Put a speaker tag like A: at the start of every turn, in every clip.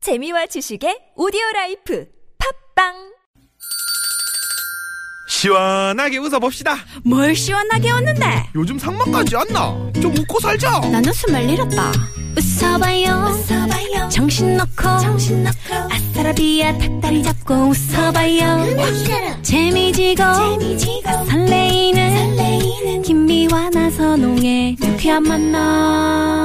A: 재미와 지식의 오디오 라이프 팝빵
B: 시원하게 웃어봅시다.
C: 뭘 시원하게 웃는데
B: 요즘 상만까지 안 나. 좀 웃고 살자.
C: 난 웃음을 잃었다 웃어봐요, 웃어봐요. 정신 놓고 아싸라비아 닭다리 잡고 웃어봐요 재미지고, 설레이는, 김미와 나서 농에 유쾌한 만나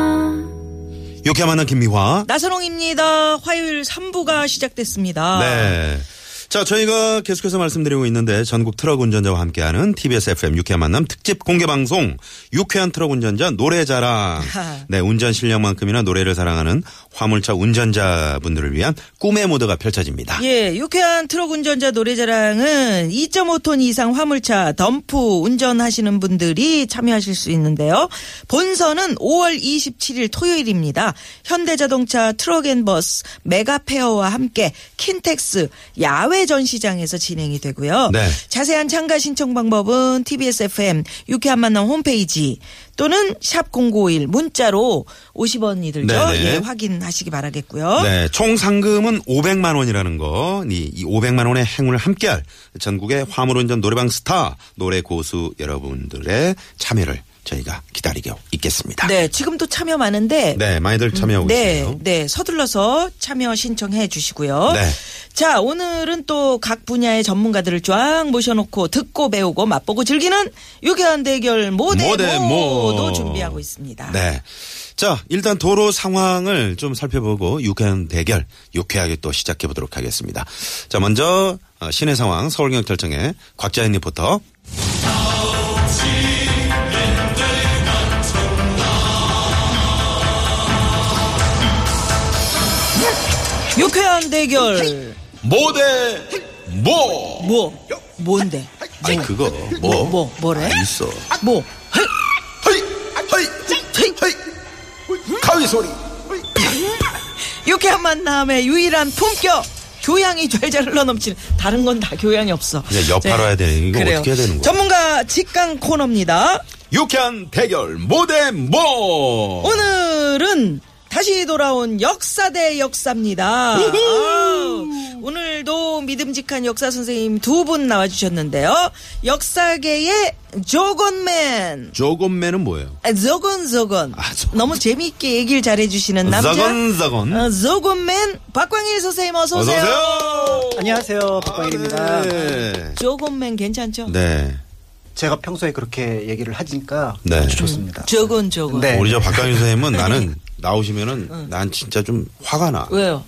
D: 이렇게 만난 김미화.
E: 나선홍입니다. 화요일 3부가 시작됐습니다.
D: 네. 자, 저희가 계속해서 말씀드리고 있는데 전국 트럭 운전자와 함께하는 TBS FM 유쾌한 만남 특집 공개 방송 유쾌한 트럭 운전자 노래 자랑.
E: 아.
D: 네, 운전 실력만큼이나 노래를 사랑하는 화물차 운전자분들을 위한 꿈의 무대가 펼쳐집니다.
E: 예, 유쾌한 트럭 운전자 노래자랑은 2.5톤 이상 화물차 덤프 운전하시는 분들이 참여하실 수 있는데요. 본선은 5월 27일 토요일입니다. 현대자동차 트럭앤버스 메가페어와 함께 킨텍스 야외 전시장에서 진행이 되고요.
D: 네.
E: 자세한 참가 신청 방법은 TBS FM 유쾌한 만남 홈페이지 또는 샵 0951 문자로 50원이 들죠.
D: 네네.
E: 예, 확인하시기 바라겠고요.
D: 네, 총 상금은 500만 원이라는 거. 이, 이 500만 원의 행운을 함께할 전국의 화물운전 노래방 스타 노래 고수 여러분들의 참여를 저희가 기다리고 있겠습니다.
E: 네, 지금도 참여 많은데
D: 네, 많이들 참여하고
E: 네,
D: 계세요.
E: 네, 서둘러서 참여 신청해 주시고요.
D: 네.
E: 자, 오늘은 또 각 분야의 전문가들을 쫙 모셔놓고 듣고 배우고 맛보고 즐기는 유쾌한 대결 모대
D: 모대 모.
E: 모도 준비하고 있습니다.
D: 네. 자, 일단 도로 상황을 좀 살펴보고 유쾌한 대결 유쾌하게 또 시작해 보도록 하겠습니다. 자, 먼저 어, 시내 상황 서울경찰청의 곽자연 리포터.
E: 유쾌한 대결
D: 모대 모.
E: 뭐 뭔데?
D: 아니 그거 뭐?
E: 뭐, 뭐래?
D: 아, 있어.
E: 뭐?
D: 헤이 헤이 헤이 헤이 가위 소리.
E: 유쾌한 만남의 유일한 품격 교양이 잘잘 흘러넘치는 다른 건 다 교양이 없어. 네.
D: 이제 네, 여파로 해야 돼. 이거 어떻게 해야 되는 거야?
E: 전문가 직강 코너입니다.
D: 유쾌한 대결 모대 모.
E: 오늘은 다시 돌아온 역사 대 역사입니다. 아우, 오늘도 믿음직한 역사 선생님 두 분 나와주셨는데요. 역사계의 조건맨.
D: 조건매는 뭐예요?
E: 아, 조건 조건.
D: 아, 조건.
E: 너무 재미있게 얘기를 잘해주시는 남자.
D: 조건, 조건.
E: 어, 조건맨 박광일 선생님 어서
D: 어서
E: 오세요.
D: 오세요.
F: 안녕하세요, 박광일입니다.
D: 아, 네.
E: 조건맨 괜찮죠?
D: 네.
F: 제가 평소에 그렇게 얘기를 하니까
D: 네.
F: 아주 좋습니다.
E: 조건 조건.
F: 네.
D: 우리 저 박강윤 선생님은 나는 나오시면은 난 진짜 좀 화가 나.
E: 네. 왜요?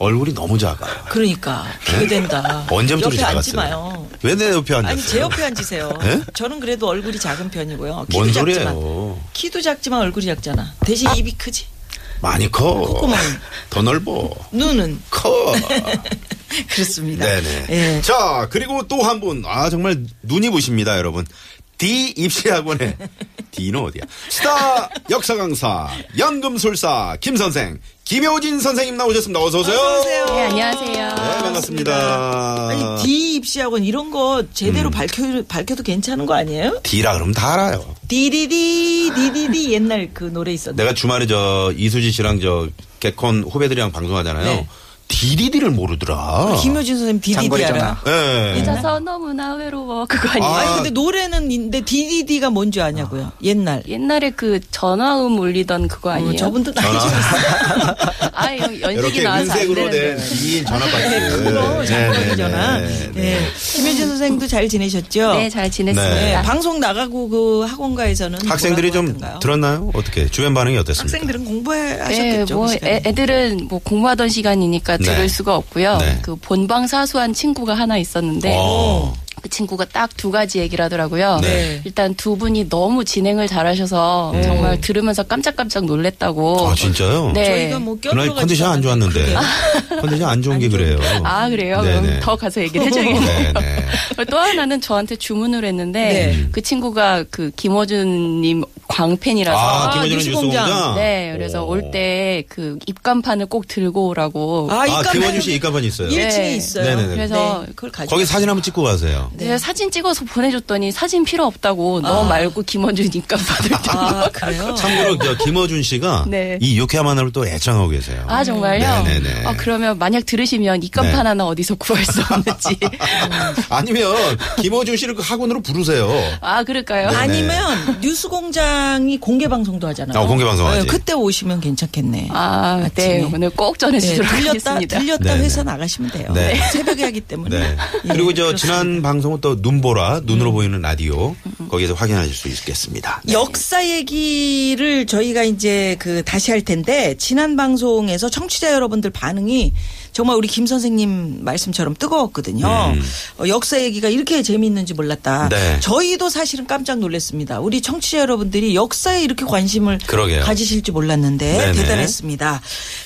D: 얼굴이 너무 작아.
E: 그러니까 그게 된다.
D: 네. 언제부터
E: 옆에
D: 이렇게
E: 앉지
D: 작았어요?
E: 마요.
D: 왜 내 옆에 앉았어요?
E: 아니 제 옆에 앉으세요.
D: 예?
E: 저는 그래도 얼굴이 작은 편이고요. 키도
D: 뭔
E: 작지만
D: 소리예요?
E: 키도 작지만 얼굴이 작잖아. 대신 입이 크지.
D: 많이 커.
E: 콧구멍이.
D: 더 넓어.
E: 눈은
D: 커.
E: 그렇습니다.
D: 네네.
E: 예.
D: 자 그리고 또 한 분. 아 정말 눈이 부십니다, 여러분. D 입시학원의 D는 어디야? 스타 역사 강사 연금술사 김 선생 김효진 선생님 나오셨습니다. 어서 오세요.
E: 어서 오세요.
D: 네 반갑습니다.
E: 아니 D 입시학원 이런 거
D: 음.
E: 제대로 밝혀 밝혀도 괜찮은 거 아니에요?
D: D라 그러면 다 알아요.
E: 디디디 디디디 옛날 그 노래 있었는데.
D: 내가 주말에 저 이수지 씨랑 저 개콘 후배들이랑 방송하잖아요.
E: 네.
D: DDD를 모르더라.
E: 김효진 선생님 디디디
F: 장거리
E: 알아?
F: 전화.
D: 예.
G: 잊어서 너무나 외로워 그거 아니에요?
D: 아.
E: 아니 근데 노래는 있는데 디디디가 뭔지 아냐고요? 옛날.
G: 옛날에 그 전화음 울리던 그거 아니에요?
E: 어, 저분도 나이
D: 전화.
E: 좀
G: 아 연- 연식이
D: 이렇게
G: 나와서 안
D: 은색으로
G: 되는데
D: 된 2인 전화 박스.
E: 그거
D: 네,
E: 장거리잖아.
D: 네,
E: 네.
D: 네, 네.
E: 김효진 선생님도 잘 지내셨죠?
G: 네잘 지냈습니다
E: 네, 방송 나가고 그 학원가에서는
D: 학생들이
E: 뭐라고
D: 좀
E: 하던가요?
D: 들었나요? 어떻게 주변 반응이 어땠습니까?
E: 학생들은 공부하셨겠죠.
G: 네,
E: 그
G: 뭐
E: 시간에.
G: 애, 들은뭐 공부하던 시간이니까
D: 네.
G: 들을 수가 없고요.
D: 네.
G: 그 본방 사수한 친구가 하나 있었는데
D: 어.
G: 그 친구가 딱 두 가지 얘기를 하더라고요.
E: 네.
G: 일단 두 분이 너무 진행을 잘하셔서 정말 들으면서 깜짝깜짝 놀랬다고.
D: 음. 아 진짜요?
G: 네.
E: 저희가 어. 뭐
D: 그날
E: 껴들어가지고
D: 컨디션 안 좋았는데 아, 컨디션 안 좋은 게 그래요.
G: 아, 그래요?
D: 네네.
G: 그럼 더 가서 얘기를 해줘야겠네요.
D: 네네. 음.
G: 또 하나는 저한테 주문을 했는데
E: 네.
G: 그 친구가 그 김어준님
C: 광팬이라서.
D: 아, 김어준의
E: 뉴스
D: 뉴스공장.
E: 공장.
C: 네, 그래서 올 때 그 입간판을 꼭 들고 오라고.
E: 아,
D: 아,
E: 이까만 예.
D: 김원준 씨 입가판 있어요.
C: 네.
E: 일- 1층에 있어요.
D: 네네네.
C: 그래서
E: 네.
C: 그걸 가지고.
D: 거기 사진 한번 찍고 가세요.
C: 네. 제가 사진 찍어서 보내줬더니 사진 필요 없다고 너 말고 김원준 입간판을 들고.
E: 아, 그래요?
D: 참고로 저 김어준 씨가
C: 네.
D: 이 유쾌한 만남을 또 애청하고 계세요.
C: 아 정말요?
D: 음. 네네네.
C: 아 그러면 만약 들으시면 입간판
D: 네.
C: 하나 어디서 구할 수 없는지.
D: 아니면 김어준 씨를 그 학원으로 부르세요.
C: 아 그럴까요?
D: 네.
E: 아니면 뉴스공장이 공개 방송도 하잖아요.
D: 어, 공개 방송하지.
E: 네, 그때 오시면 괜찮겠네.
C: 아, 네.
E: 아침에.
C: 오늘 꼭
E: 네,
C: 전해주도록
E: 들렸다
C: 하겠습니다.
E: 들렸다
D: 네네.
E: 회사 나가시면 돼요.
D: 네.
E: 새벽에 하기 때문에.
D: 네.
E: 예,
D: 그리고 저
E: 그렇습니다. 음.
D: 지난 방송은 또 눈보라 눈으로 보이는 라디오 거기에서 확인하실 수 있겠습니다.
E: 예.
D: 네.
E: 역사 얘기를 저희가 이제 그 다시 할 텐데 지난 방송에서 청취자 여러분들 반응이 정말 우리 김 선생님 말씀처럼 뜨거웠거든요.
D: 음.
E: 어, 역사 얘기가 이렇게 재미있는지 몰랐다.
D: 네.
E: 저희도 사실은 깜짝 놀랐습니다. 우리 청취자 여러분들이 역사에 이렇게 관심을
D: 그러게요.
E: 가지실지 몰랐는데
D: 네네.
E: 대단했습니다.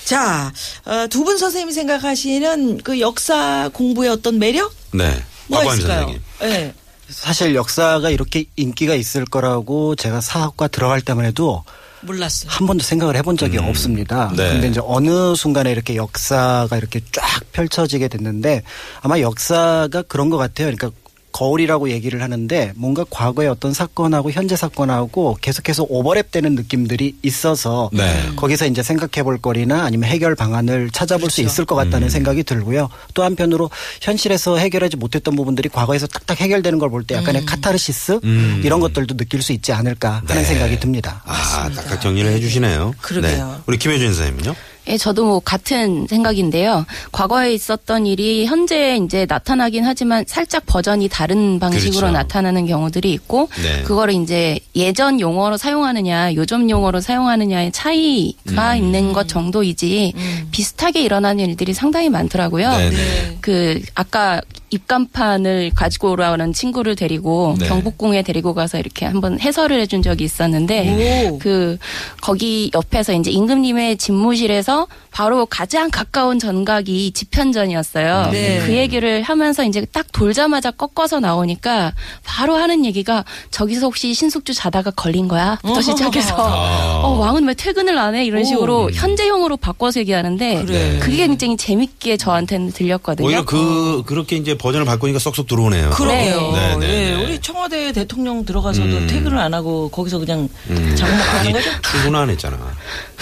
E: 자, 어, 두 분 선생님이 생각하시는 그 역사 공부의 어떤 매력?
D: 네.
E: 뭐가
D: 박완
E: 있을까요?
D: 선생님.
E: 네.
F: 사실 역사가 이렇게 인기가 있을 거라고 제가 사학과 들어갈 때만 해도
E: 몰랐어요.
F: 한 번도 생각을 해본 적이 없습니다.
D: 네.
F: 근데 이제 어느 순간에 이렇게 역사가 이렇게 쫙 펼쳐지게 됐는데 아마 역사가 그런 것 같아요. 그러니까 거울이라고 얘기를 하는데 뭔가 과거의 어떤 사건하고 현재 사건하고 계속해서 오버랩되는 느낌들이 있어서
D: 네.
F: 거기서 이제 생각해볼 거리나 아니면 해결 방안을 찾아볼
E: 그렇죠.
F: 수 있을 것
D: 음.
F: 같다는 생각이 들고요. 또 한편으로 현실에서 해결하지 못했던 부분들이 과거에서 딱딱 해결되는 걸 볼 때 약간의 카타르시스
D: 음.
F: 이런 것들도 느낄 수 있지 않을까 하는
D: 네.
F: 생각이 듭니다.
D: 아, 딱딱 정리를 해주시네요.
E: 그러게요.
D: 우리 김혜준 선생님은요?
C: 예, 저도 뭐 같은 생각인데요. 과거에 있었던 일이 현재 이제 나타나긴 하지만 살짝 버전이 다른 방식으로
D: 그렇죠.
C: 나타나는 경우들이 있고
D: 네.
C: 그거를 이제 예전 용어로 사용하느냐, 요즘 용어로 사용하느냐의 차이가
D: 음.
C: 있는 것 정도이지 비슷하게 일어나는 일들이 상당히 많더라고요.
D: 네.
C: 그 아까 입간판을 가지고 오라는 친구를 데리고
D: 네.
C: 경복궁에 데리고 가서 이렇게 한번 해설을 해준 적이
D: 음.
C: 있었는데
D: 네.
E: 오.
C: 그 거기 옆에서 이제 임금님의 집무실에서 바로 가장 가까운 전각이 집현전이었어요.
E: 네.
C: 그 얘기를 하면서 이제 딱 돌자마자 꺾어서 나오니까 바로 하는 얘기가 저기서 혹시 신숙주 자다가 걸린 거야?부터 시작해서
D: 아.
C: 어, 왕은 왜 퇴근을 안 해? 이런 식으로 현재형으로 바꿔서 얘기하는데
E: 그래.
C: 그게 굉장히 재밌게 저한테는 들렸거든요.
D: 오히려 그, 그렇게 이제 버전을 바꾸니까 쏙쏙 들어오네요.
E: 그러게요.
D: 네, 네,
E: 예,
D: 네.
E: 우리 청와대 대통령 들어가서도
D: 음.
E: 퇴근을 안 하고 거기서 그냥
D: 음.
E: 자고 먹고
D: 아니,
E: 하는 거죠?
D: 출근 안 했잖아.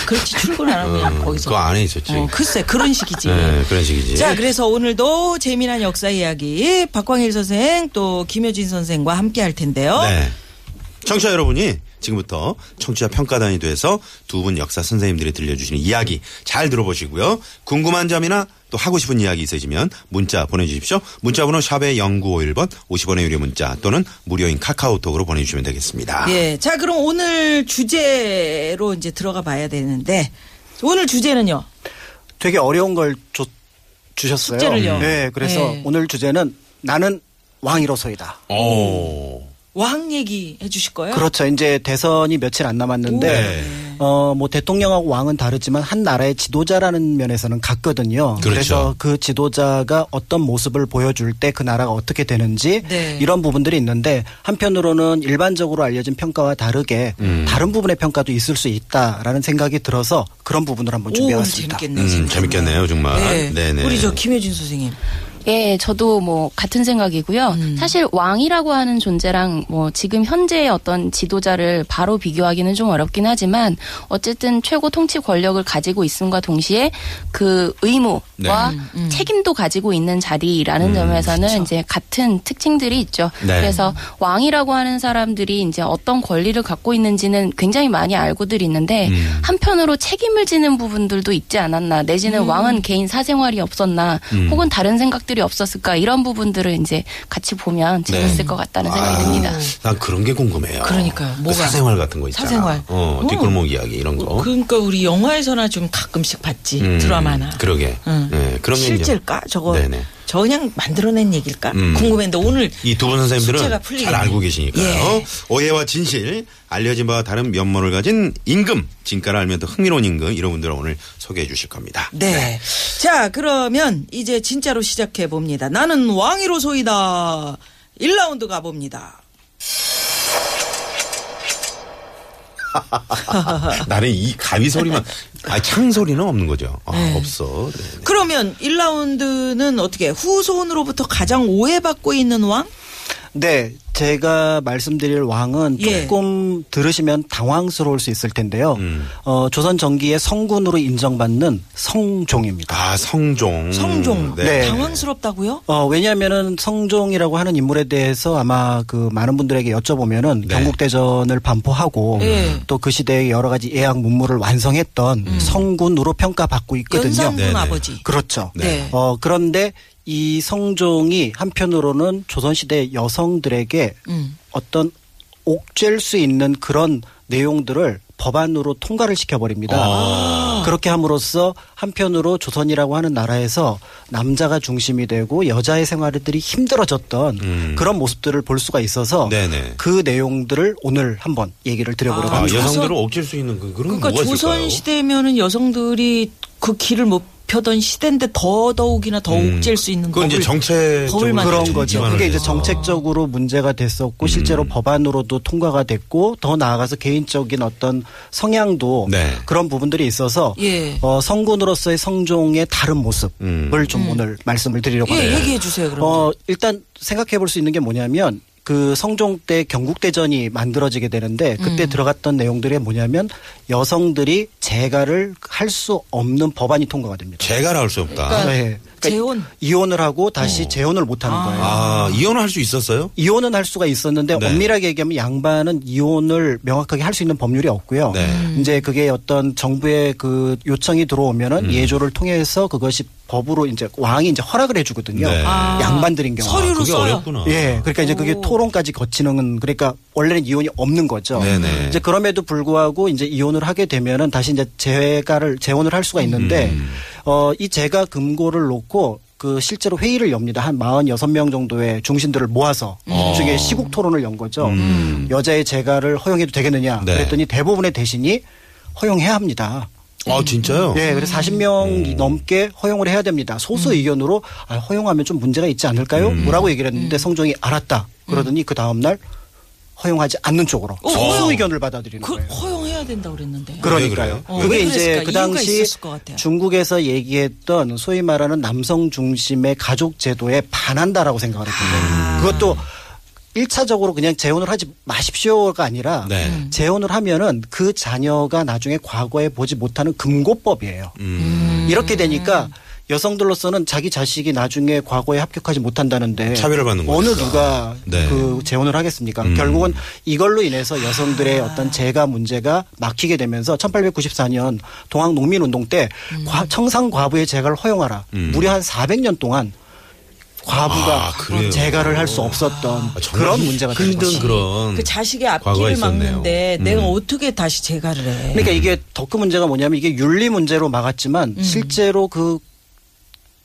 E: 그렇지 출근 안 하고 그냥
D: 음,
E: 거기서.
D: 그거 안에 있었지.
E: 어, 글쎄 그런 식이지.
D: 네, 그런 식이지.
E: 자, 그래서 오늘도 재미난 역사 이야기 박광일 선생 또 김효진 선생과 함께 할 텐데요.
D: 네. 청취자 여러분이 지금부터 청취자 평가단이 돼서 두 분 역사 선생님들이 들려주시는 이야기 잘 들어보시고요. 궁금한 점이나 또 하고 싶은 이야기 있으시면 문자 보내주십시오. 문자 번호 샵의 0951번 50원의 유료 문자 또는 무료인 카카오톡으로 보내주시면 되겠습니다.
E: 예. 자, 그럼 오늘 주제로 이제 들어가 봐야 되는데 오늘 주제는요.
F: 되게 어려운 걸 줬- 주셨어요.
E: 숙제를요?
F: 네, 그래서
E: 네. 어?
F: 오늘 주제는 나는 왕이로소이다.
D: 오.
E: 왕 얘기 해 주실 거예요?
F: 그렇죠. 이제 대선이 며칠 안 남았는데,
D: 오. 네.
F: 어, 뭐 대통령하고 왕은 다르지만 한 나라의 지도자라는 면에서는 같거든요.
D: 그렇죠.
F: 래서그 지도자가 어떤 모습을 보여줄 때 그 나라가 어떻게 되는지
E: 네.
F: 이런 부분들이 있는데 한편으로는 일반적으로 알려진 평가와 다르게
D: 음.
F: 다른 부분의 평가도 있을 수 있다라는 생각이 들어서 그런 부분을
E: 오,
F: 한번
E: 오늘
F: 준비해봤습니다.
E: 재밌겠네요.
D: 음,
E: 진짜.
D: 재밌겠네요, 정말.
E: 네.
D: 네네.
E: 우리 저 김효진 선생님.
C: 예, 저도 뭐 같은 생각이고요. 사실 왕이라고 하는 존재랑 뭐 지금 현재의 어떤 지도자를 바로 비교하기는 좀 어렵긴 하지만 어쨌든 최고 통치 권력을 가지고 있음과 동시에 그 의무와
D: 네.
C: 책임도 가지고 있는 자리라는
D: 음,
C: 점에서는
G: 그렇죠.
C: 이제 같은 특징들이 있죠.
D: 네.
C: 그래서 왕이라고 하는 사람들이 이제 어떤 권리를 갖고 있는지는 굉장히 많이 알고들 있는데
D: 음.
C: 한편으로 책임을 지는 부분들도 있지 않았나 내지는
G: 음.
C: 왕은 개인 사생활이 없었나
D: 음.
C: 혹은 다른 생각들이 없었을까 이런 부분들을 이제 같이 보면 재밌을
D: 네.
C: 것 같다는 생각이
D: 아,
C: 듭니다.
D: 난 그런 게 궁금해요.
E: 그러니까요.
D: 그
E: 뭐가?
D: 사생활 같은 거 있잖아.
E: 사생활.
D: 어,
E: 어.
D: 뒷골목 이야기 이런 거.
E: 그러니까 우리 영화에서나 좀 가끔씩 봤지.
D: 음,
E: 드라마나.
D: 그러게.
E: 응.
D: 네, 그런 게 이제
E: 실제일까? 저거
D: 네네.
E: 저 그냥 만들어낸 얘기일까?
D: 음.
E: 궁금했는데 오늘
D: 이 두 분
E: 숙제가
D: 선생님들은
E: 풀리겠네.
D: 잘 알고 계시니까요.
E: 예.
D: 오해와 진실, 알려진 바와 다른 면모를 가진 임금, 진가를 알면서 흥미로운 임금 이런 분들을 오늘 소개해 주실 겁니다.
E: 네. 자, 그러면 이제 진짜로 시작해 봅니다. 나는 왕이로 소이다. 1라운드 가 봅니다.
D: 아, 나는 이 가위 소리만 아 창 소리는 없는 거죠. 아,
E: 네.
D: 없어. 네.
E: 그러면 1라운드는 어떻게 후손으로부터 가장 오해받고 있는 왕?
F: 네, 제가 말씀드릴 왕은
E: 예.
F: 조금 들으시면 당황스러울 수 있을 텐데요.
D: 음.
F: 어, 조선 전기의 성군으로 인정받는 성종입니다.
D: 아 성종.
E: 성종.
D: 네.
F: 네.
E: 당황스럽다고요?
F: 어, 왜냐하면은 성종이라고 하는 인물에 대해서 아마 그 많은 분들에게 여쭤보면은
D: 네.
F: 경국대전을 반포하고
E: 예. 음.
F: 또 그 시대의 여러 가지 예학 문물을 완성했던 성군으로 평가받고 있거든요.
E: 연산군
D: 네네.
E: 아버지.
F: 그렇죠.
E: 네.
F: 어, 그런데 이 성종이 한편으로는 조선시대 여성들에게
E: 음.
F: 어떤 옥죄일 수 있는 그런 내용들을 법안으로 통과를 시켜버립니다.
D: 아.
F: 그렇게 함으로써 한편으로 조선이라고 하는 나라에서 남자가 중심이 되고 여자의 생활들이 힘들어졌던
D: 음.
F: 그런 모습들을 볼 수가 있어서
D: 네네.
F: 그 내용들을 오늘 한번 얘기를 드려보려고
E: 아,
D: 아,
F: 합니다.
D: 여성들을 억질 수 있는 그 그런 건
E: 그러니까
D: 뭐가 있을까요?
E: 조선 시대면은 여성들이 그 길을 못 펴던 시대인데 더 더욱이나 더
D: 음.
E: 옥죄일 수 있는
D: 그건
E: 법을
D: 이제 정책적으로
E: 법을 만들죠.
F: 그런 거죠.
D: 기반을
F: 그게 이제
D: 해서.
F: 정책적으로 문제가
D: 음.
F: 됐었고 실제로 법안으로도 통과가 됐고 더 나아가서 개인적인 어떤 성향도
D: 네.
F: 그런 부분들이 있어서
E: 예.
F: 어, 성군으로서의 성종의 다른 모습을
D: 음.
F: 좀 오늘 말씀을 드리려고
E: 예,
F: 합니다.
E: 얘기해 주세요, 그럼.
F: 어, 일단 생각해 볼 수 있는 게 뭐냐면 그 성종 때 경국대전이 만들어지게 되는데
E: 음.
F: 그때 들어갔던 내용들이 뭐냐면 여성들이 재가를 할 수 없는 법안이 통과가 됩니다.
D: 제가 나올 수 없다.
F: 네. 그러니까
E: 재혼. 어.
F: 이혼을 하고 다시 재혼을 못 하는 거예요.
D: 아 이혼할 수 있었어요?
F: 이혼은 할 수가 있었는데
D: 네.
F: 엄밀하게 얘기하면 양반은 이혼을 명확하게 할 수 있는 법률이 없고요.
D: 네. 음.
F: 이제 그게 어떤 정부의 그 요청이 들어오면은
D: 음.
F: 예조를 통해서 그것이 법으로 이제 왕이 이제 허락을 해주거든요.
D: 네. 아.
F: 양반들인 경우.
E: 서류로
D: 그게
E: 써요.
D: 어렵구나.
F: 예, 그러니까 이제 그게 토론까지 거치는 그러니까 원래는 이혼이 없는 거죠.
D: 네네.
F: 이제 그럼에도 불구하고 이제 이혼을 하게 되면은 다시 이제 재가를 재혼을 할 수가 있는데
D: 음.
F: 어, 이 재가 금고를 놓고 그 실제로 회의를 엽니다. 한 46명 정도의 중신들을 모아서
D: 음. 어.
F: 일종의 시국 토론을 연 거죠. 여자의 재가를 허용해도 되겠느냐
D: 네.
F: 그랬더니 대부분의 대신이 허용해야 합니다.
D: 아 진짜요?
F: 예, 그래서 40명 이 넘게 허용을 해야 됩니다. 소수 의견으로 아, 허용하면 좀 문제가 있지 않을까요? 뭐라고 얘기를
E: 음.
F: 했는데 성종이 알았다. 그러더니 그 다음 날 허용하지 않는 쪽으로
E: 어.
F: 소수 의견을 받아들이는
E: 그
F: 거예요.
E: 허용해야 된다 그랬는데.
F: 그러니까요.
E: 그래요? 어,
F: 그게
E: 왜
F: 이제
E: 그랬을까?
F: 그
E: 이유가
F: 당시
E: 있었을 것 같아요.
F: 중국에서 얘기했던 소위 말하는 남성 중심의 가족 제도에 반한다라고 생각을
E: 아.
F: 했거든요. 그것도 일차적으로 그냥 재혼을 하지 마십시오가 아니라
D: 네. 음.
F: 재혼을 하면은 그 자녀가 나중에 과거에 보지 못하는 금고법이에요.
D: 음.
F: 이렇게 되니까 여성들로서는 자기 자식이 나중에 과거에 합격하지 못한다는데
D: 차별을 받는
F: 어느
D: 거니까.
F: 누가
D: 네.
F: 그 재혼을 하겠습니까?
D: 음.
F: 결국은 이걸로 인해서 여성들의 어떤 재가 문제가 막히게 되면서 1894년 동학 농민 운동 때 과- 청상 과부의 재가를 허용하라.
D: 음.
F: 무려 한 400년 동안 과부가
D: 아, 그래요?
F: 재가를 할 수 없었던
D: 아, 정말
F: 그런 문제가 되는
D: 힘든
F: 거죠.
D: 그런
E: 그 자식의
D: 과거가
E: 앞길을
D: 있었네요.
E: 막는데
D: 음. 네.
E: 내가 어떻게 다시 재가를 해?
F: 그러니까 이게 더 큰 문제가 뭐냐면 이게 윤리 문제로 막았지만 실제로 그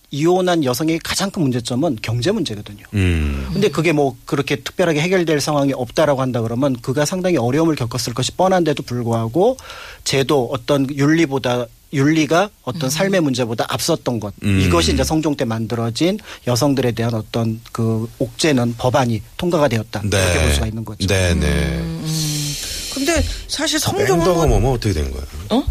F: 이혼한 여성의 가장 큰 문제점은 경제 문제거든요.
D: 음.
F: 근데 그게 뭐 그렇게 특별하게 해결될 상황이 없다라고 한다 그러면 그가 상당히 어려움을 겪었을 것이 뻔한데도 불구하고 제도 어떤 윤리보다 윤리가 어떤 삶의 문제보다 앞섰던 것
D: 음.
F: 이것이 이제 성종 때 만들어진 여성들에 대한 어떤 그 옥죄는 법안이 통과가 되었다
D: 네.
F: 이렇게 볼 수가 있는 거죠.
D: 네네.
E: 근데 사실
D: 뺑더가
E: 성종은
D: 음. 뭐면 어떻게 된 거예요?
E: 어?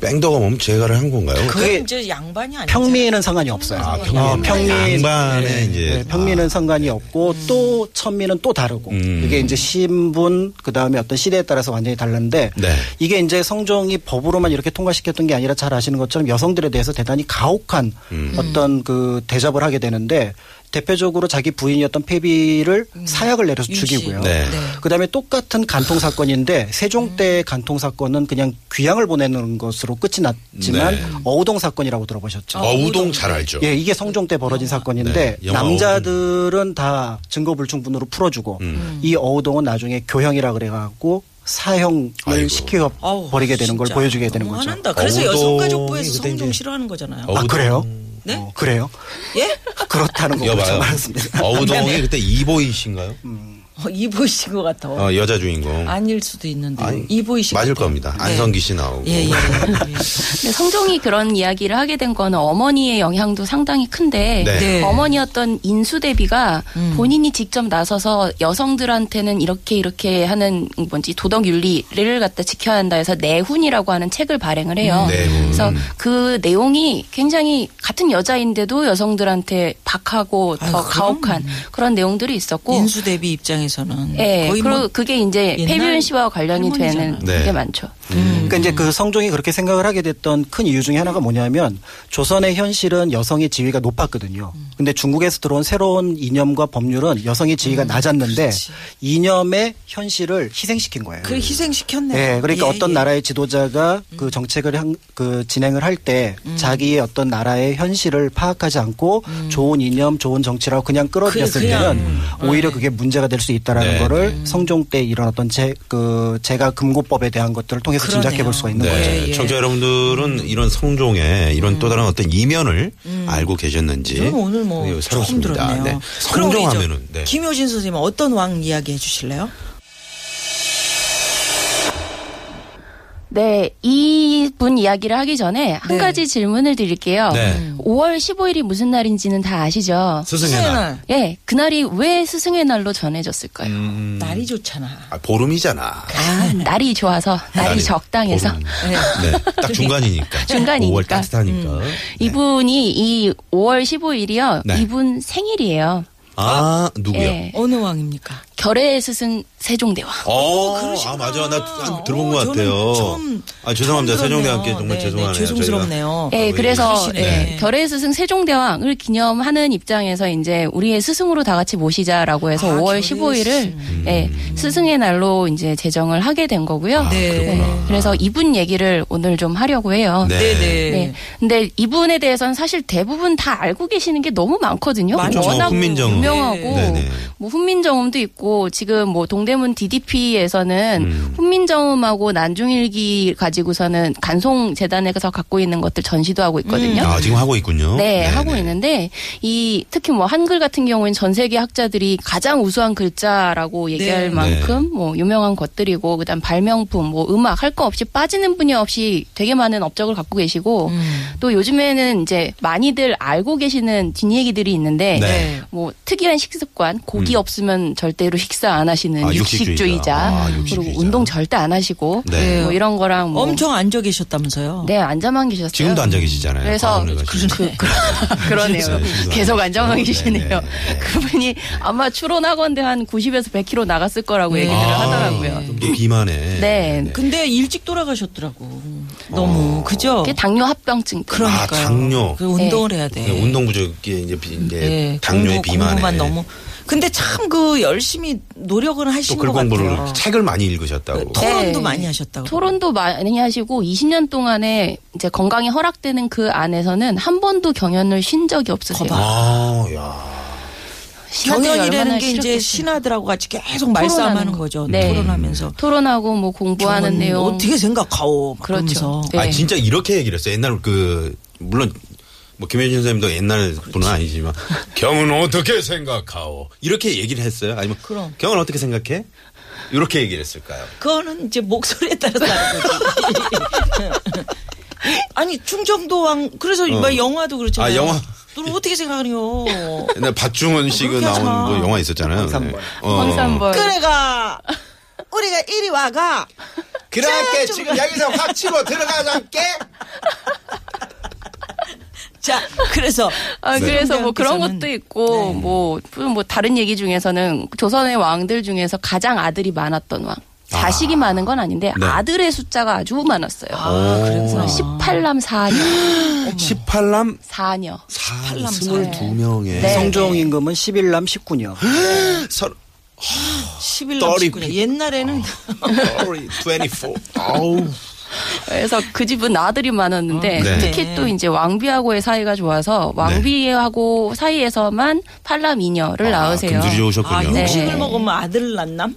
D: 뺑더가 뭐면 제가를 한 건가요?
E: 그게
F: 그게
E: 이제 양반이 아니야.
F: 평미에는 상관이 없어요.
D: 아,
F: 어,
D: 평민.
F: 평민.
D: 양반에 이제. 아.
F: 네, 평민은 상관이 없고
E: 음.
F: 또 천민은 또 다르고
D: 음.
F: 이게 이제 신분 그 다음에 어떤 시대에 따라서 완전히 다른데
D: 네.
F: 이게 이제 성종이 법으로만 이렇게 통과시켰던 게 아니라 잘 아시는 것처럼 여성들에 대해서 대단히 가혹한
D: 음.
F: 어떤 그 대접을 하게 되는데 대표적으로 자기 부인이었던 폐비를 사약을 내려서
E: 음. 윤씨.
F: 죽이고요.
D: 네. 네.
F: 그다음에 똑같은 간통 사건인데 세종 때 간통 사건은 그냥 귀향을 보내는 것로 끝이 났지만
D: 네.
F: 어우동 사건이라고 들어보셨죠?
D: 아, 어우동 잘 알죠.
F: 예, 이게 성종 때 벌어진 사건인데
D: 네, 영화
F: 남자들은 다 증거불충분으로 풀어주고
D: 음.
F: 이 어우동은 나중에 교형이라 그래갖고 사형을
D: 아이고.
F: 시켜
E: 아우,
F: 버리게 되는 걸
E: 진짜
F: 보여주게 되는 거죠.
E: 너무한다. 그래서
D: 어우동이
E: 여성가족부에서
D: 그때
E: 성종
D: 이제-
E: 싫어하는 거잖아요.
D: 어.
F: 아
D: 어우동.
F: 그래요?
E: 네?
F: 어, 그래요?
E: 예?
F: 그렇다는 거죠.
D: 여봐요. 어,
F: 말했습니다.
D: 어우동이 그때 이보이신가요?
E: 이보이신 것 같아.
D: 어, 여자 주인공.
E: 아닐 수도 있는데
D: 아니,
E: 이보이신
D: 맞을
E: 것 같아요.
D: 겁니다.
E: 네.
D: 안성기 씨 나오고.
E: 예, 예.
G: 근데 성종이 그런 이야기를 하게 된 거는 어머니의 영향도 상당히 큰데
D: 네.
E: 네. 음.
G: 어머니였던 인수대비가 본인이 직접 나서서 여성들한테는 이렇게 이렇게 하는 뭔지 도덕 윤리를 갖다 지켜야 한다 해서 내훈이라고 하는 책을 발행을 해요.
D: 음, 내훈.
G: 그래서 그 내용이 굉장히 같은 여자인데도 여성들한테 박하고 더
E: 아유, 그럼.
G: 가혹한 그런 내용들이 있었고
E: 인수 대비 입장에서는
G: 예,
E: 거의
G: 그리고
E: 뭐
G: 그게 이제
E: 옛날
G: 패비윤 씨와 관련이 되는
E: 할머니잖아.
D: 네.
G: 게 많죠.
F: 그러니까 이제 그 성종이 그렇게 생각을 하게 됐던 큰 이유 중에 하나가 뭐냐면 조선의 현실은 여성의 지위가 높았거든요. 근데 중국에서 들어온 새로운 이념과 법률은 여성의 지위가 낮았는데 이념의 현실을 희생시킨 거예요.
E: 그 희생시켰네.
F: 네, 그러니까
E: 예, 음.
F: 어떤
E: 예.
F: 나라의 지도자가 그 정책을 한, 그 진행을 할 때
E: 음.
F: 자기의 어떤 나라의 현실을 파악하지 않고 좋은 이념, 좋은 정치라고 그냥 끌어들였을
E: 그- 그냥, 네. 음.
F: 때는 오히려 그게 문제가 될 수 있다라는
D: 네.
F: 거를 성종 때 일어났던 제, 그 제가 금고법에 대한 것들을 통해서
E: 그러네요.
F: 짐작해 볼 수가 있는 거죠.
D: 네. 음.
E: 예, 예.
D: 청취자 여러분들은 이런 성종의 이런 또 다른 어떤 이면을 알고 계셨는지.
E: 저는 오늘 뭐
D: 네,
E: 처음
D: 새롭습니다.
E: 들었네요.
D: 네.
E: 그럼 우리 저
D: 성종하면은 네.
E: 김효진 선생님 은 어떤 왕 이야기 해주실래요?
G: 네, 이분 이야기를 하기 전에
E: 네.
G: 한 가지 질문을 드릴게요.
D: 네.
G: 5월 15일이 무슨 날인지는 다 아시죠?
D: 스승의 날.
E: 날.
G: 예, 그날이 왜 스승의 날로 전해졌을까요?
D: 음.
E: 날이 좋잖아.
D: 아, 보름이잖아.
G: 아, 날이 좋아서, 날이, 적당해서.
D: 보름. 네. 딱 중간이니까.
G: 중간이니까. 음.
D: 5월 따뜻하니까.
G: 이분이 이 5월 15일이요.
D: 네.
G: 이분 생일이에요.
D: 아, 누구요?
G: 예.
E: 어느 왕입니까?
G: 결의 스승 세종대왕.
D: 어,
E: 그러시구나.
D: 아 맞아 나 한- 들어본
E: 어,
D: 것 같아요.
E: 저는 처음,
D: 아 죄송합니다
E: 처음 들었네요.
D: 세종대왕께 정말
E: 네,
D: 죄송하네요.
E: 네, 죄송스럽네요.
D: 저희가.
G: 예, 그래서
E: 해주시네.
G: 예,
E: 네.
G: 결의 스승 세종대왕을 기념하는 입장에서 이제 우리의 스승으로 다 같이 모시자라고 해서
E: 아,
G: 5월
E: 결의
G: 15일을
D: 음.
E: 스승.
G: 예, 스승의 날로 이제 제정을 하게 된 거고요.
D: 아,
E: 네.
D: 그렇구나.
G: 그래서 이분 얘기를 오늘 좀 하려고 해요.
D: 네.
E: 네네.
G: 네. 근데 이분에 대해서는 사실 대부분 다 알고 계시는 게 너무 많거든요.
E: 많죠. 뭐
G: 워낙
D: 훈민정음.
G: 유명하고
D: 네네.
G: 뭐 훈민정음도 있고 지금 뭐 동대문 DDP에서는
D: 음.
G: 훈민정음하고 난중일기 가지고서는 간송 재단에서 갖고 있는 것들 전시도 하고 있거든요.
D: 아 지금 하고 있군요.
G: 음. 네,
D: 네네.
G: 하고 있는데 이 특히 뭐 한글 같은 경우에는 전 세계 학자들이 가장 우수한 글자라고 얘기할
E: 네.
G: 만큼 뭐 유명한 것들이고 그다음 발명품 뭐 음악 할 거 없이 빠지는 분야 없이 되게 많은 업적을 갖고 계시고
E: 음.
G: 또 요즘에는 이제 많이들 알고 계시는 뒷얘기들이 있는데
D: 네. 음.
G: 뭐 특이한 식습관 고기 없으면 절대로 식사 안 하시는
D: 아,
G: 육식주의자,
D: 육식주의자. 아, 육식주의자.
G: 그리고 운동 절대 안 하시고
E: 그
D: 네.
G: 뭐 이런 거랑 뭐
E: 엄청 앉아 계셨다면서요?
G: 네 앉아만 계셨어요.
D: 지금도 앉아 계시잖아요.
G: 그래서
D: 광화문에
G: 그,
D: 가시면.
G: 그, 그, 러네요
D: 네, 지금도
G: 계속
D: 앉아
G: 앉아만
D: 계시죠.
G: 계시네요.
D: 네, 네, 네.
G: 그분이 아마 추론하건대 한 90에서 100kg 나갔을 거라고
E: 네.
G: 얘기를
E: 아.
G: 하더라고요.
D: 이게 비만에. 아,
G: 네.
E: 근데 일찍 돌아가셨더라고.
D: 어.
E: 너무 그죠?
G: 그게 당뇨 합병증. 때문에.
E: 그러니까요.
D: 아, 당뇨.
E: 그 운동을 해야 돼.
D: 네, 운동 부족이 이제 비- 이제
E: 예,
D: 당뇨의
E: 공부,
D: 비만에.
E: 공부만 너무. 근데 참 그 열심히 노력은 하신
D: 또글
E: 것
D: 공부를
E: 같아요.
D: 책을 많이 읽으셨다고.
E: 그 토론도
G: 네.
E: 많이 하셨다고.
G: 토론도 많이 하시고 20년 동안에 이제 건강이 허락되는 그 안에서는 한 번도 경연을 쉰 적이 없으세요.
E: 거봐.
D: 아, 야.
G: 신하들이 얼마나
E: 경연이라는 게 이제
G: 싫었겠어요.
E: 신하들하고 같이 계속 말싸움하는
G: 토론하는
E: 거죠.
G: 거. 네.
E: 토론하면서
G: 토론하고 뭐 공부하는
E: 경험
G: 내용
E: 어떻게 생각하오? 막
G: 그렇죠.
E: 그러면서
G: 네.
D: 아 진짜 이렇게 얘기를 했어요. 옛날 그 물론 뭐 김혜진 선생님도 옛날 분은 아니지만 경은 어떻게 생각하오? 이렇게 얘기를 했어요. 아니면
E: 그럼.
D: 경은 어떻게 생각해? 이렇게 얘기를 했을까요?
E: 그거는 이제 목소리에 따라 다른 거지. 아니 충청도 왕 그래서 막 영화도 그렇잖아요.
D: 아, 영화.
E: 너는 어떻게 생각하냐고.
D: 옛날 박중원 씨가
E: 어, 그렇게 하지
D: 나온
E: 마.
D: 그 영화 있었잖아요.
F: 황산벌.
D: 어.
G: 황산벌.
E: 그래가 우리가 이리 와가
D: 그렇게 지금 여기서 확 치고 들어가자께.
E: 자 그래서
G: 아,
E: 네.
G: 그래서 뭐 그런
E: 대학교에서는-
G: 것도 있고 뭐뭐 뭐 다른 얘기 중에서는 조선의 왕들 중에서 가장 아들이 많았던 왕. 자식이 많은 건 아닌데
D: 네.
G: 아들의 숫자가 아주 많았어요. 그래서 18남 4녀.
D: 18남
G: 4녀.
D: 4,
E: 18남
D: 22명의
G: 네.
F: 성종 임금은 11남 19녀.
E: 11남 19년 옛날에는
D: 24. 아우.
G: 그래서 그 집은 아들이 많았는데
D: 어, 네.
G: 특히 또 이제 왕비하고의 사이가 좋아서 왕비하고 사이에서만 팔남 이녀를 아,
D: 아,
G: 낳으세요. 아,
D: 네. 금술이 좋으셨군요.
E: 아
G: 네.
E: 육식을 먹으면 아들 낳남?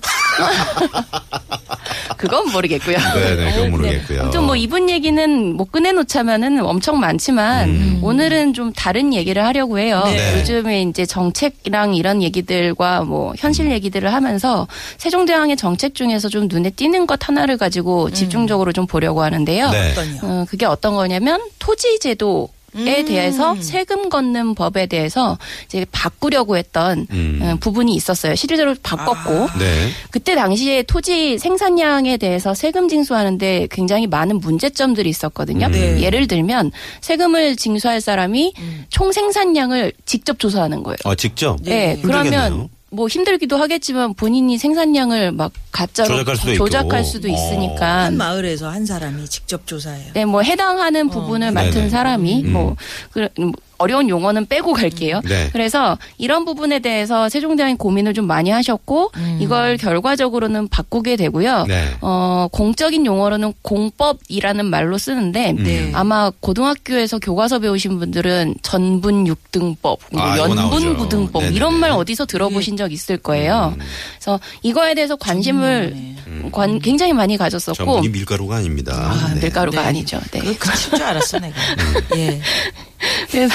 G: 그건 모르겠고요.
D: 네네, 그건 모르겠고요.
G: 아무튼 뭐 이분 얘기는 뭐 꺼내놓자면은 엄청 많지만
D: 음.
G: 오늘은 좀 다른 얘기를 하려고 해요.
D: 네.
G: 요즘에 이제 정책이랑 이런 얘기들과 뭐 현실
D: 음.
G: 얘기들을 하면서 세종대왕의 정책 중에서 좀 눈에 띄는 것 하나를 가지고 집중적으로 좀 보려고 하는데요.
D: 음. 네.
E: 어떤요?
G: 어, 그게 어떤 거냐면 토지 제도에
E: 음.
G: 대해서 세금 걷는 법에 대해서 이제 바꾸려고 했던
D: 음.
G: 어, 부분이 있었어요. 실제로 바꿨고
D: 네.
G: 그때 당시에 토지 생산량에 대해서 세금 징수하는데 굉장히 많은 문제점들이 있었거든요.
E: 네.
G: 예를 들면 세금을 징수할 사람이
E: 음.
G: 총 생산량을 직접 조사하는 거예요.
D: 어, 직접.
G: 네,
D: 힘들겠네요.
G: 그러면 뭐 힘들기도 하겠지만 본인이 생산량을 막 가짜로
D: 조작할 수도 있고. 어.
G: 조작할 수도 있으니까
E: 한 마을에서 어. 한 사람이 직접 조사해요.
G: 네, 뭐 해당하는 부분을 맡은
D: 네네.
G: 사람이
D: 음.
G: 뭐 그, 음, 어려운 용어는 빼고 갈게요.
D: 네.
G: 그래서 이런 부분에 대해서 세종대왕이 고민을 좀 많이 하셨고
E: 음.
G: 이걸 결과적으로는 바꾸게 되고요.
D: 네.
G: 어, 공적인 용어로는 공법이라는 말로 쓰는데
D: 음.
E: 네.
G: 아마 고등학교에서 교과서 배우신 분들은 전분 육등법, 뭐
D: 아, 이거 나오죠.
G: 연분 구등법
D: 네네네. 음.
G: 이런 말 어디서 들어보신 적 있을 거예요. 그래서 이거에 대해서 관심을
E: 네.
G: 관- 굉장히 많이 가졌었고
D: 전분이 밀가루가 아닙니다.
G: 아,
D: 네.
G: 밀가루가
E: 네.
G: 아니죠. 네.
E: 그렇게 칠줄 알았어 내가. 예.
G: 그래서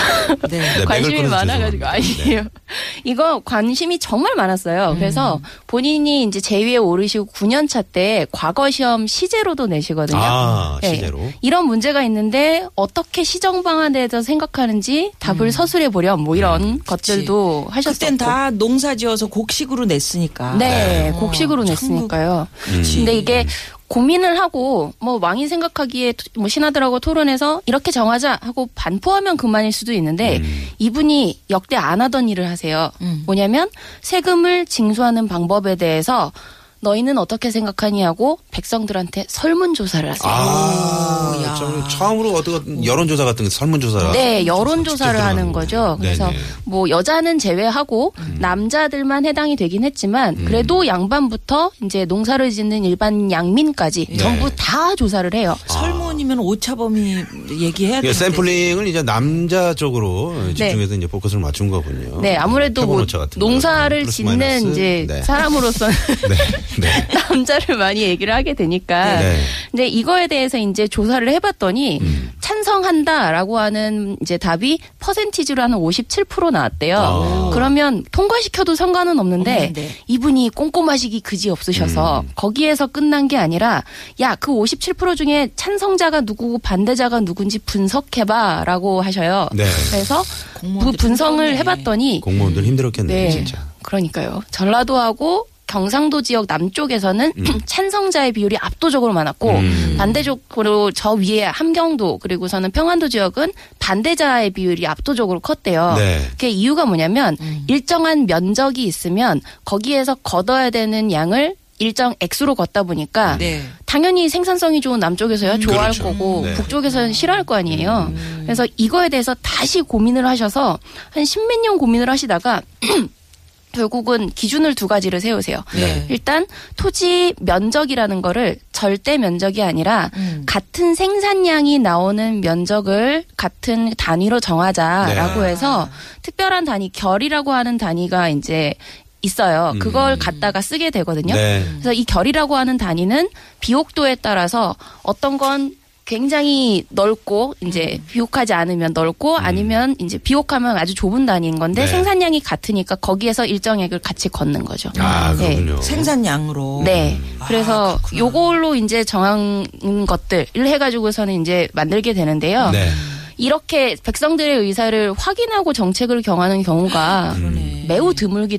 E: 네.
D: 맥을
G: 관심이
D: 끊어서
G: 많아가지고
D: 죄송합니다. 네. 음.
G: 아니에요. 이거 관심이 정말 많았어요. 그래서 본인이 이제 제위에 오르시고 9년 차 때 과거 시험 시제로도 내시거든요.
D: 아,
G: 네.
D: 시제로.
G: 이런 문제가 있는데 어떻게 시정 방안에 대해서 생각하는지 답을 서술해 보렴 뭐 이런 것들도 하셨었고.
E: 그땐 다 농사지어서 곡식으로 냈으니까.
G: 네,
E: 어,
G: 곡식으로
E: 천국.
G: 냈으니까요.
D: 그치.
G: 근데 이게 고민을 하고 뭐 왕이 생각하기에 토- 뭐 신하들하고 토론해서 이렇게 정하자 하고 반포하면 그만일 수도 있는데
D: 음.
G: 이분이 역대 안 하던 일을 하세요.
E: 음.
G: 뭐냐면 세금을 징수하는 방법에 대해서 너희는 어떻게 생각하니 하고 백성들한테 설문조사를 하세요.
D: 아,
E: 야.
D: 좀 처음으로 어떤 여론조사 같은 거, 설문조사라.
G: 네, 여론조사를
D: 직접
G: 하는 거죠. 그래서
D: 네네. 음.
G: 뭐 여자는 제외하고 남자들만 해당이 되긴 했지만 그래도 양반부터 이제 농사를 짓는 일반 양민까지
D: 네.
G: 전부 다 조사를 해요.
E: 아. 설문이면 오차범위 얘기해야
D: 예,
E: 돼.
D: 샘플링을 이제 남자 쪽으로 집중해서 이제 포커스를 맞춘 거군요.
G: 네, 아무래도
D: 표본
G: 뭐
D: 오차 어, 같은 거.
G: 농사를
D: 플러스
G: 짓는
D: 마이너스.
G: 이제
D: 네.
G: 사람으로서는
D: 네. 네.
G: 남자를 많이 얘기를 하게 되니까
D: 네.
G: 근데 이거에 대해서 이제 조사를 해봤더니
D: 음.
G: 찬성한다라고 하는 이제 답이 퍼센티지로 한 57% 나왔대요.
D: 아.
G: 그러면 통과시켜도 상관은 없는데,
E: 없는데.
G: 이분이 꼼꼼하시기 그지 없으셔서
D: 음.
G: 거기에서 끝난 게 아니라 야 그 57% 중에 찬성자가 누구고 반대자가 누군지 분석해봐라고 하셔요.
D: 네.
G: 그래서 그
E: 공무원들
G: 분석을
E: 힘들었네.
G: 해봤더니
D: 공무원들 힘들었겠네요, 진짜.
G: 그러니까요. 전라도하고 경상도 지역 남쪽에서는 찬성자의 비율이 압도적으로 많았고
D: 음.
G: 반대쪽으로 저 위에 함경도 그리고서는 평안도 지역은 반대자의 비율이 압도적으로
E: 어.
G: 컸대요.
D: 네.
G: 그게 이유가 뭐냐면
D: 음.
G: 일정한 면적이 있으면 거기에서 걷어야 되는 양을 일정 액수로 걷다 보니까
E: 네.
G: 당연히 생산성이 좋은 남쪽에서야 좋아할
D: 그렇죠.
G: 거고
D: 네. 음.
G: 북쪽에서는 싫어할 거 아니에요. 그래서 이거에 대해서 다시 고민을 하셔서 한 십몇 년 고민을 하시다가 결국은 기준을 두 가지를 세우세요.
E: 네.
G: 일단 토지 면적이라는 거를 절대 면적이 아니라
E: 음.
G: 같은 생산량이 나오는 면적을 같은 단위로 정하자라고
D: 네.
G: 해서 특별한 단위 결이라고 하는 단위가 이제 있어요. 그걸 갖다가 쓰게 되거든요.
D: 음. 네.
G: 그래서 이 결이라고 하는 단위는 비옥도에 따라서 어떤 건 굉장히 넓고 이제 비옥하지 않으면 넓고 아니면 이제 비옥하면 아주 좁은 단위인 건데
D: 음. 네.
G: 생산량이 같으니까 거기에서 일정액을 같이 걷는 거죠.
D: 아,
G: 네.
D: 그렇군요.
E: 생산량으로.
G: 네.
E: 아,
G: 그래서
E: 그렇구나.
G: 요걸로 이제 정한 것들을 해가지고서는 이제 만들게 되는데요.
D: 네.
G: 이렇게 백성들의 의사를 확인하고 정책을 경하는 경우가
E: 그러네.
G: 매우 드물기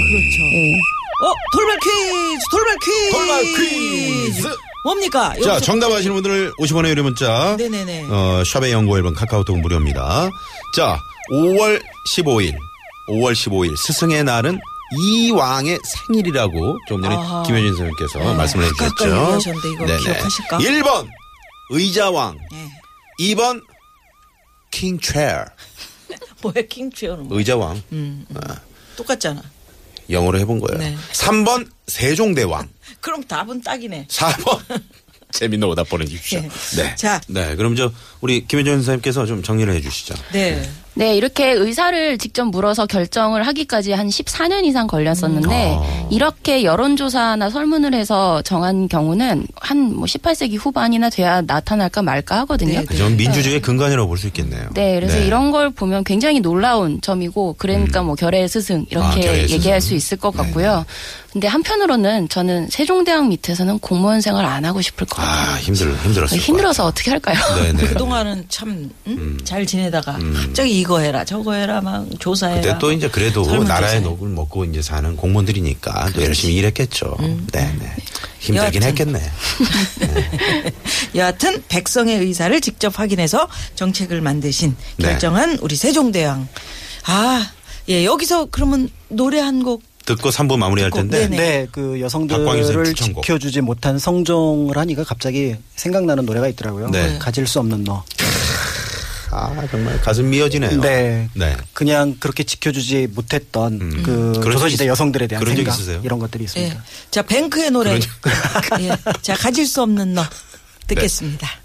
E: 음. 그렇죠.
G: 네.
E: 어 돌발 퀴즈 돌발 퀴즈
D: 돌발 퀴즈!
E: 뭡니까?
D: 자,
E: 여기서-
D: 정답 아시는 분들 50원의 유료 문자.
E: 네. 네네네.
D: 어, 샵의 연구 앨범 카카오톡 무료입니다. 자, 5월 15일. 5월 15일 스승의 날은 이왕의 생일이라고 좀 전에
E: 아하.
D: 김효진 선생님께서
E: 네,
D: 말씀을
E: 아까
D: 해주셨죠.
E: 아까 얘기하셨는데 이거 기억하실까?
D: 1번 의자왕,
E: 예.
D: 2번 킹체어.
E: 뭐야 킹치어는 뭐
D: 의자왕
E: 똑같잖아.
D: 영어로 해본 거예요.
E: 네.
D: 3번 세종대왕,
E: 그럼 답은 딱이네.
D: 4번 재밌는 오답 보내주십시오.
E: 예.
D: 네.
E: 자.
D: 네. 그럼 저 우리 김효진 선생님께서 좀 정리를 해주시죠.
E: 네.
G: 네, 이렇게 의사를 직접 물어서 결정을 하기까지 한 14년 이상
E: 음.
G: 걸렸었는데
E: 아.
G: 이렇게 여론조사나 설문을 해서 정한 경우는 한 뭐 18세기 후반이나 돼야 나타날까 말까 하거든요.
E: 네.
D: 전 민주주의 근간이라고 볼 수 있겠네요.
G: 네, 그래서
D: 네. 음.
G: 이런 걸 보면 굉장히 놀라운 점이고, 그러니까 뭐 결의 스승
D: 아,
G: 이렇게
D: 결의 스승. 네.
G: 얘기할 수 있을 것 같고요. 근데 한편으로는 저는 세종대왕 밑에서는 공무원 생활 안 하고 싶을 것 같아요.
D: 아 힘들 힘들었어요.
G: 힘들어서 어떻게 할까요?
D: 네네. 음.
E: 그동안은 참 잘 지내다가 갑자기 이거 해라 저거 해라 막 조사해라.
D: 그때 또 이제 그래도
E: 설문조사에.
D: 나라의 녹을 먹고 이제 사는 공무원들이니까 또 열심히 일했겠죠. 네네. 힘들긴
E: 여하튼.
D: 했겠네. 네.
E: 여하튼 백성의 의사를 직접 확인해서 정책을 만드신
D: 네.
E: 결정한 우리 세종대왕. 아, 예, 여기서 그러면 노래 한 곡.
D: 듣고 3부 마무리할
E: 듣고,
D: 텐데.
E: 네네.
F: 네, 그
D: 박광일 선생님
F: 여성들을
D: 추천곡.
F: 지켜주지 못한 성종을 하니까 갑자기 생각나는 노래가 있더라고요.
D: 네.
F: 가질 수 없는 너.
D: 아 정말 가슴 미어지네요.
F: 네.
D: 네.
F: 그냥 그렇게 지켜주지 못했던
D: 음.
F: 그
D: 그런 적
F: 조선시대
D: 있-
F: 여성들에 대한
D: 그런 적
F: 생각
D: 있으세요?
F: 이런 것들이
E: 예.
D: 그렇죠.
F: 있습니다.
D: 그러니까. 네.
E: 자, 뱅크의 노래. 예. 자, 가질 수 없는 너. 듣겠습니다.